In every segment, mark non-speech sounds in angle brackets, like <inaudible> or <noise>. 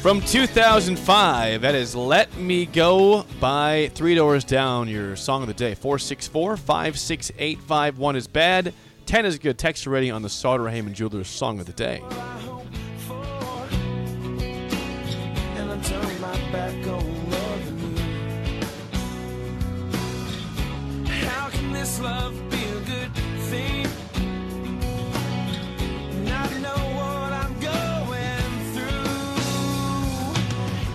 From 2005, that is Let Me Go by Three Doors Down, your song of the day. 464 568 1 is bad, 10 is good. Text already on the Sauter Heyman Jewelers song of the day. And I turn my back on loving you. How can this love be a good thing? Not know what I'm going through.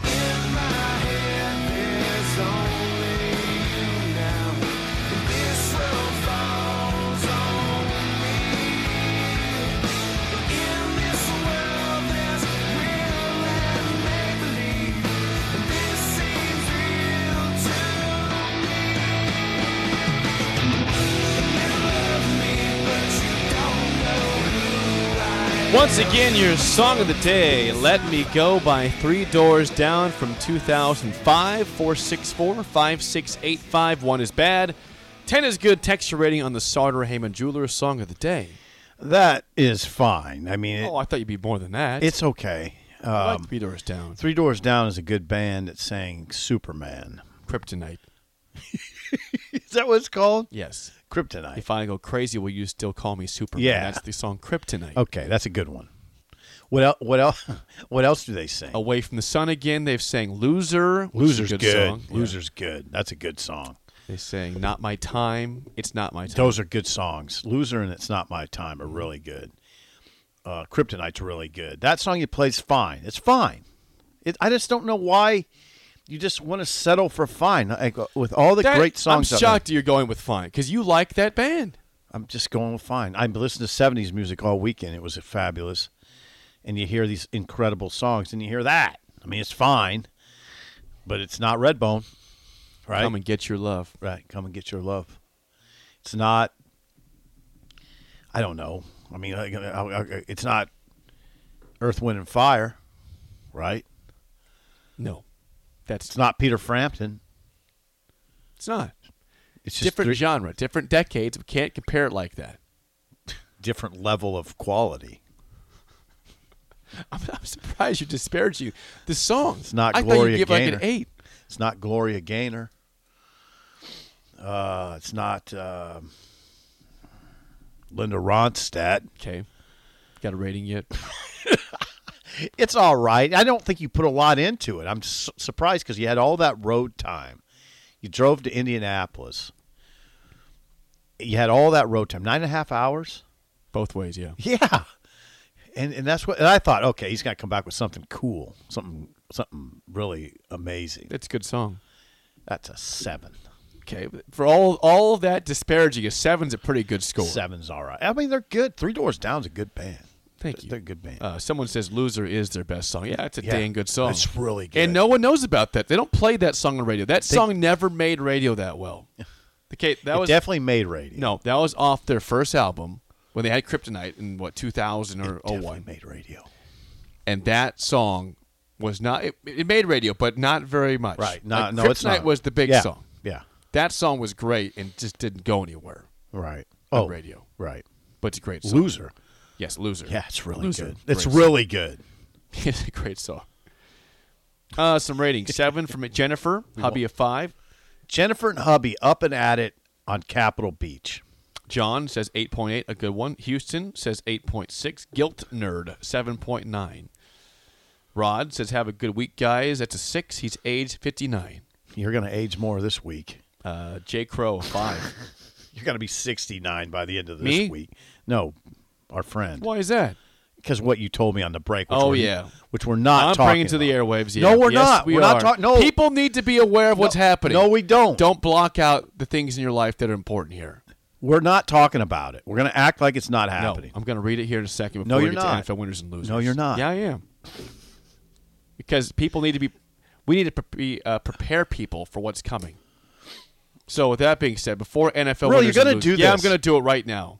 In my head, there's only you now. This world falls on me. In this world, there's real and make believe. This seems real to me, but you don't know who I am. Once again, your song of the day, Let Me Go by Three Doors Down from 2005, 464 568 1 is bad, 10 is good. Text your rating on the Sauter Heyman Jewelers song of the day. That is fine. I mean, it, Oh, I thought you'd be more than that. it's okay. I Um, like Three Doors Down, Three Doors Down is a good band that sang Superman. Kryptonite. <laughs> Is that what it's called? Yes. Kryptonite. If I go crazy, will you still call me Superman? Yeah. That's the song Kryptonite. Okay, that's a good one. What else? What else? <laughs> What else do they sing? Away from the Sun Again, they've sang Loser. which is Loser's Oh, a good. good. Song. Yeah. Loser's good. That's a good song. They sang Not My Time. It's Not My Time. Those are good songs. Loser and It's Not My Time are really good. Uh, Kryptonite's really good. That song you played's fine. It's fine. It, I just don't know why you just want to settle for fine. Like, uh, with all the That- great songs I'm out there, shocked you're going with Fine because you like that band. I'm just going with fine. I listened to 70s music all weekend. It was fabulous. And you hear these incredible songs and you hear that. I mean, it's fine, but it's not Redbone. Right? Come and Get Your Love. Right. Come and get your love. It's not. I don't know. I mean, I- I- I- it's not Earth, Wind, and Fire, right? No. That's It's not Peter Frampton. It's not. It's just Different three- genre, different decades. We can't compare it like that. <laughs> different level of quality. I'm, I'm surprised you disparage you. The song. It's not I thought Gloria you give like an Gaynor. eight. It's not Gloria Gaynor. Uh, it's not um Linda Ronstadt. Okay. Got a rating <laughs> yet? It's all right. I don't think you put a lot into it. I'm s surprised because you had all that road time. You drove to Indianapolis. You had all that road time, nine and a half hours. Both ways, <laughs> yeah. Yeah, and and that's what and I thought. Okay, he's gonna come back with something cool, something something really amazing. That's a good song. That's a seven. Okay, for all all that disparaging, a seven's a pretty good score. Seven's all right. I mean, they're good. Three Doors Down's a good band. Thank They're- you. They're a good band. Uh, someone says "Loser" is their best song. Yeah, it's a Yeah, dang good song. it's really good. and no one knows about that. They don't play that song on radio. That song never made radio that well. Okay, that It was definitely made radio. no, that was off their first album when they had Kryptonite in what 2000 or definitely 01. made radio. and that song was not it, it made radio, but not very much. Right? No, Like, no, Kryptonite it's not. was the big Yeah, song. Yeah. That song was great and just didn't go anywhere. Right. Oh, On radio. Right. But it's a great song. Loser. Yes, loser. Yeah, it's really Loser. good. Great It's song. really good. <laughs> it's a great song. Uh, some <laughs> ratings: seven from Jennifer, hubby a five. Jennifer and hubby up and at it on Capitol Beach. John says eight point eight, a good one. Houston says eight point six. Guilt nerd seven point nine. Rod says, "Have a good week, guys." That's a six. He's age fifty nine. You're going to age more this week. Uh, J Crow a <laughs> five. You're going to be 69 by the end of this Me? week. No, our friend. Why is that? Because what you told me on the break. Which Oh, we're, yeah. Which we're not I'm talking bringing to the about. airwaves. Yeah. No, we're Yes, not. We are are. not talking. No, people need to be aware of what's No. happening. No, we don't. Don't block out the things in your life that are important here. we're not talking about it. We're going to act like it's not No, happening. I'm going to read it here in a second. Before No, we you're get not. To NFL winners and losers. No, you're not. Yeah, I am. Because people need to be, we need to pre- be, uh, prepare people for what's coming. So with that being said, before NFL Really, winners you're and gonna losers- do Yeah, I'm this? going to do it right now.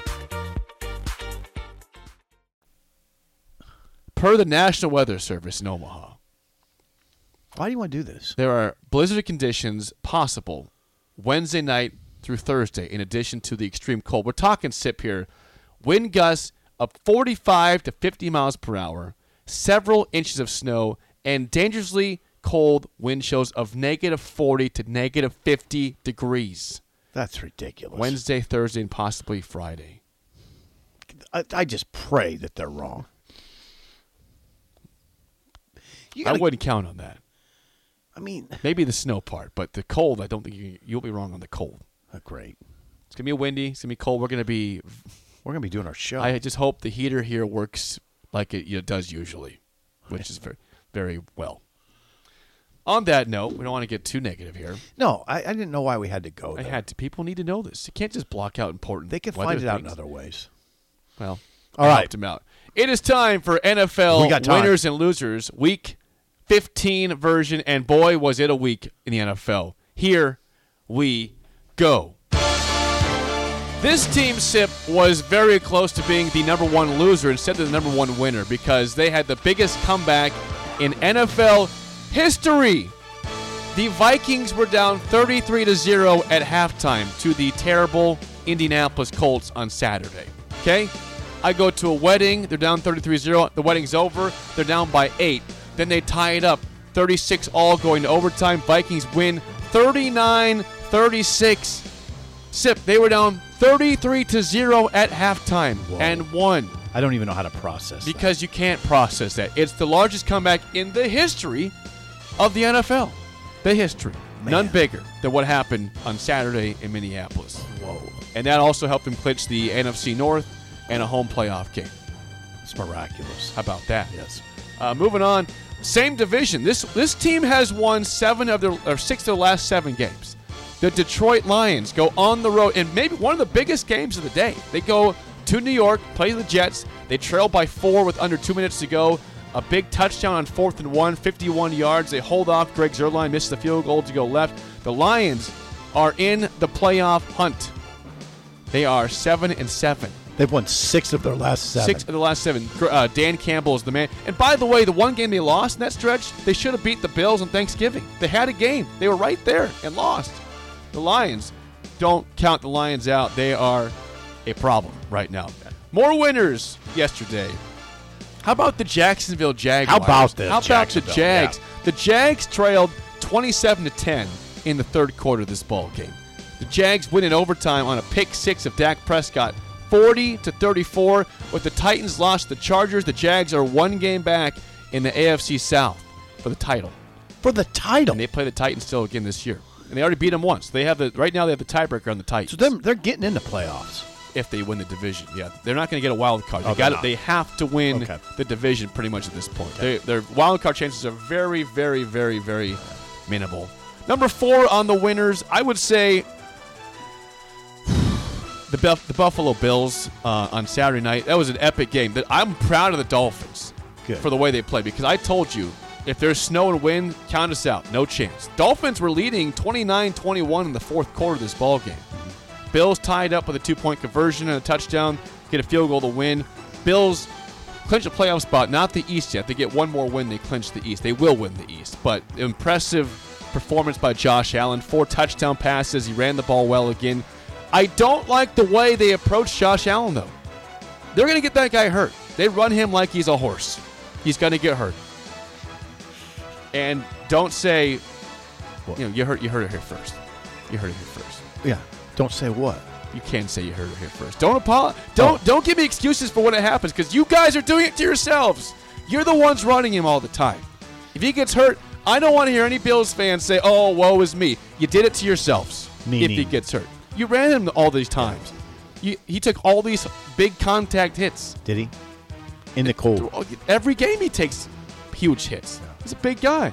Per the National Weather Service in Omaha, Why do you want to do this? There are blizzard conditions possible Wednesday night through Thursday, in addition to the extreme cold. We're talking sip here. Wind gusts of 45 to 50 miles per hour, several inches of snow, and dangerously cold wind chills of negative 40 to negative 50 degrees. That's ridiculous. Wednesday, Thursday, and possibly Friday. I, I just pray that they're wrong. You I gotta- wouldn't count on that. I mean, Maybe the snow part, but the cold, I don't think you, you'll be wrong on the cold. oh, great. It's going to be windy. It's going to be cold. We're going to be We're gonna be doing our show. I just hope the heater here works like it you know, does usually, which is very, very well. On that note, we don't want to get too negative here. no, I, I didn't know why we had to go. I There. had to. People need to know this. You can't just block out important. uh, they can weather find it out in things. other ways. Well, All I right. helped him out. It is time for NFL We got time. winners and losers week 15 version, and boy was it a week in the NFL. Here we go. This team sip was very close to being the number one loser instead of the number one winner because they had the biggest comeback in NFL history. The Vikings were down 33 to 0 at halftime to the terrible Indianapolis Colts on Saturday. Okay? I go to a wedding, they're down 33 0. The wedding's over, they're down by 8. Then they tie it up 36 all going to overtime. Vikings win 39 36. Sip, they were down 33 to 0 at halftime and won I don't even know how to process. that. because you can't process that. It's the largest comeback in the history of the NFL. The history. None bigger than what happened on Saturday in Minneapolis. Whoa. And that also helped them clinch the NFC North and a home playoff game. it's miraculous. How about that? Yes. Uh, moving on, same division. This this team has won seven of their or six of their last seven games. The Detroit Lions go on the road and maybe one of the biggest games of the day. They go to New York, play the Jets. They trail by four with under two minutes to go. A big touchdown on fourth and one, 51 yards. They hold off. Greg Zerline misses the field goal to go left. The Lions are in the playoff hunt. They are seven and seven. They've won six of their last seven. Six of the last seven. Gr- Uh, Dan Campbell is the man. And by the way, the one game they lost in that stretch, they should have beat the Bills on Thanksgiving. They had a game. They were right there and lost. The Lions don't count the Lions out. They are a problem right now. More winners yesterday. How about the Jacksonville Jaguars? about the How about the Jacksonville? Jags? Yeah. The Jags trailed 27 to 10 in the third quarter of this ball game. The Jags win in overtime on a pick six of Dak Prescott, 40 to 34. But the Titans lost to the Chargers. The Jags are one game back in the AFC South for the title. for the title. And they play the Titans still again this year. And they already beat them once. They have the right now. They have the tiebreaker on the Titans So they're, they're getting in the playoffs. if they win the division. Yeah, they're not going to get a wild card. They Oh, they're got it. not. They have to win Okay. the division pretty much at this point. They, their wild card chances are very, very, very, very minimal. Number four on the winners, I would say <sighs> the Buff- the Buffalo Bills uh, on Saturday night. That was an epic game. That I'm proud of the Dolphins Good. for the way they played because I told you if there's snow and wind, count us out. No chance. Dolphins were leading 29-21 in the fourth quarter of this ball game. Bills tied up with a two-point conversion and a touchdown, get a field goal to win. Bills clinch a playoff spot, not the East yet. They get one more win, they clinch the East. They will win the East, but impressive performance by Josh Allen. Four touchdown passes. He ran the ball well again. I don't like the way they approach Josh Allen though. They're going to get that guy hurt. They run him like he's a horse. He's going to get hurt. And don't say, you know, you heard you heard it here first. You heard it here first. Yeah. Don't say what. You can say you heard it here first. Don't apol- Don't don't give me excuses for when it happens because you guys are doing it to yourselves. You're the ones running him all the time. If he gets hurt, I don't want to hear any Bills fans say, "Oh, woe is me." You did it to yourselves. If Meaning? he gets hurt, you ran him all these times. You, he took all these big contact hits. Did he? In the cold. Oh, Every game he takes huge hits. He's a big guy.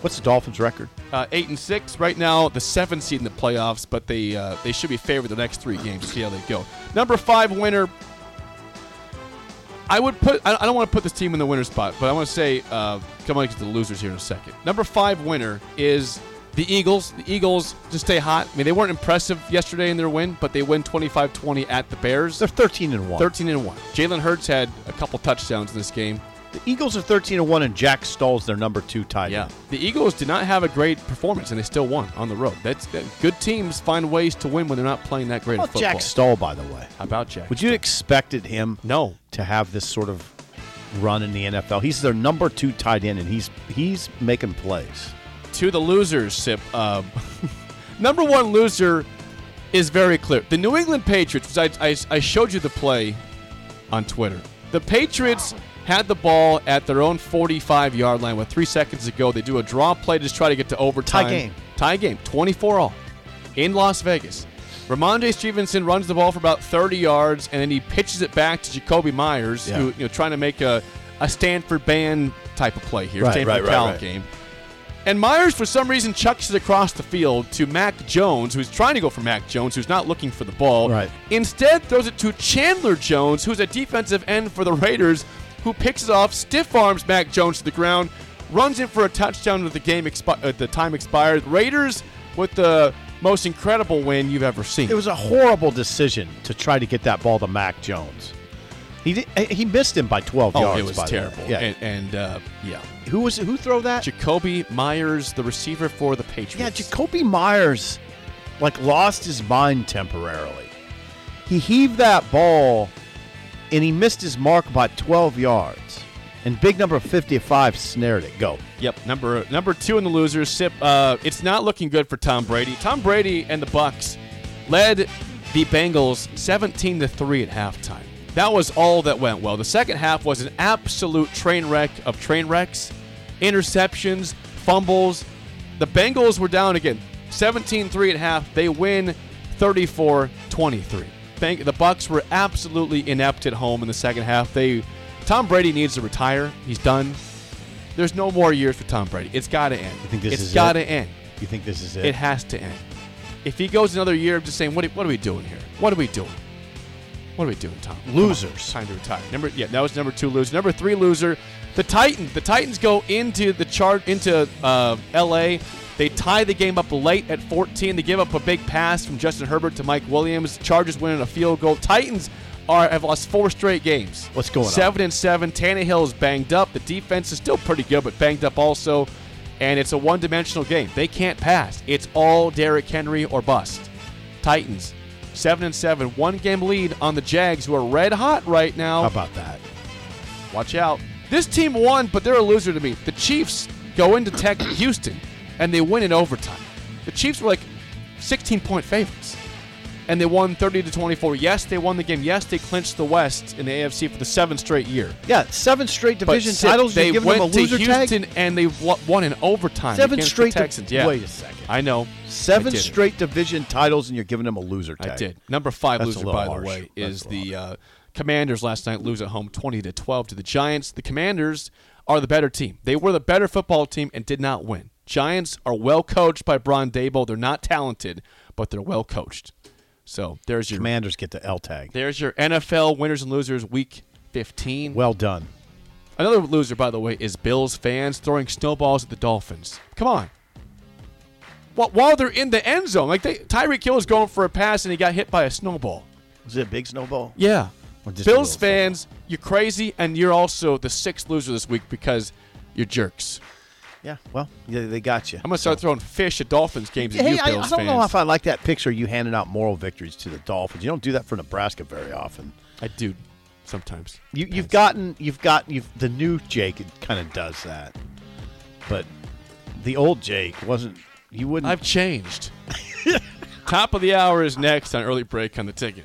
What's the Dolphins' record? Uh, eight and six right now, the seventh seed in the playoffs, but they uh, they should be favored the next three games. See how they go. Number five winner. I would put. I I don't want to put this team in the winner spot, but I want to say, uh, come on, to the losers here in a second. Number five winner is the Eagles. The Eagles just stay hot. I mean, they weren't impressive yesterday in their win, but they win 25-20 at the Bears. They're 13 and 1. Thirteen and one. Jalen Hurts had a couple touchdowns in this game. The Eagles are 13 and 1 and Jack Stahl's their number 2 tight Yeah, end. the Eagles did not have a great performance, and they still won on the road. That's that, good teams find ways to win when they're not playing that great How at about football. Jack Stahl by the way? How about Jack? Would you expected him No. to have this sort of run in the NFL? He's their number 2 tight end and he's he's making plays. to the losers, Sip. Uh, <laughs> number one loser is very clear. The New England Patriots, which I, I, I showed you the play on Twitter. The Patriots had the ball at their own 45 yard line with three seconds to go. They do a draw play to just try to get to overtime. game. Tie game, 24 all in Las Vegas. Ramondre Stevenson runs the ball for about 30 yards, and then he pitches it back to Jacoby Myers, Yeah. who you know trying to make a, a Stanford band type of play here, Right, Stanford right, right, talent right. game. And Myers, for some reason, chucks it across the field to Mac Jones, who's trying to go for Mac Jones, who's not looking for the ball. Right. Instead, throws it to Chandler Jones, who's a defensive end for the Raiders, who picks it off, stiff arms Mac Jones to the ground, runs in for a touchdown with the game expi- uh, the time expired. Raiders with the most incredible win you've ever seen. It was a horrible decision to try to get that ball to Mac Jones. He did, he missed him by 12 oh, yards it was by the way. terrible. Yeah. And, and uh, yeah, who was who throw that? Jacoby Myers, the receiver for the Patriots. Yeah, Jacoby Myers like lost his mind temporarily. He heaved that ball and he missed his mark by 12 yards. And big number 55 snared it. Go. Yep, number number two in the losers. Sip. Uh, it's not looking good for Tom Brady. Tom Brady and the Bucks led the Bengals 17 to three at halftime. That was all that went well. The second half was an absolute train wreck of train wrecks, interceptions, fumbles. The Bengals were down again, 17-3 at half. They win 34-23. Bang- The Bucks were absolutely inept at home in the second half. They Tom Brady needs to retire. He's done. There's no more years for Tom Brady. It's got to end. You think this it's is got to it? end. You think this is It has to end. If he goes another year, I'm just saying, what are, what are we doing here? What are we doing? What are we doing, Tom? Come on, Losers. it's time to retire. Number yeah, that was number two loser. Number three loser, the Titans. The Titans go into the chart into uh, L.A. They tie the game up late at 14. They give up a big pass from Justin Herbert to Mike Williams. Chargers winning a field goal. Titans are have lost four straight games. What's going on? Seven seven and seven. Tannehill is banged up. The defense is still pretty good, but banged up also. And it's a one-dimensional game. They can't pass. It's all Derrick Henry or bust. Titans, seven and seven, one game lead on the Jags, who are red hot right now. How about that? Watch out. This team won, but they're a loser to me. The Chiefs go into Tech <coughs> Houston and they win in overtime. The Chiefs were like 16 point favorites. And they won 30 to 24. Yes, they won the game. Yes, they clinched the West in the AFC for the seventh straight year. Yeah, seven straight But division sit- titles. They You're giving went them a loser to tag. Houston and they wa- won in overtime. Seven against straight the di- Texans. yeah. Wait a second. I know. I Seven did it. straight division titles, and you're giving them a loser tag. I did. Number five That's a loser, little by harsh. the way, That's is a little the uh, Commanders. Last night lose at home, twenty to twelve to the Giants. The Commanders are the better team. They were the better football team and did not win. Giants are well coached by Bron Dable. They're not talented, but they're well coached. So there's your Commanders get the L tag. there's your NFL winners and losers week fifteen. Well done. Another loser, by the way, is Bills fans throwing snowballs at the Dolphins. Come on. While- While they're in the end zone, like they, Tyreek Hill is going for a pass and he got hit by a snowball. Was it a big snowball? Yeah. Or just a Bills little fans, you're crazy, and you're also the sixth loser this week because you're jerks. Yeah. Well, yeah, they got you. I'm gonna start throwing fish at Dolphins games at Hey, you I, I Bills don't fans. know if I like that picture. You handing out moral victories to the Dolphins. You don't do that for Nebraska very often. I do <laughs> sometimes. You, you've gotten, you've gotten, you've the new Jake kind of does that, but the old Jake wasn't. You wouldn't. I've <laughs> changed. Top of the hour is next on early break on the ticket.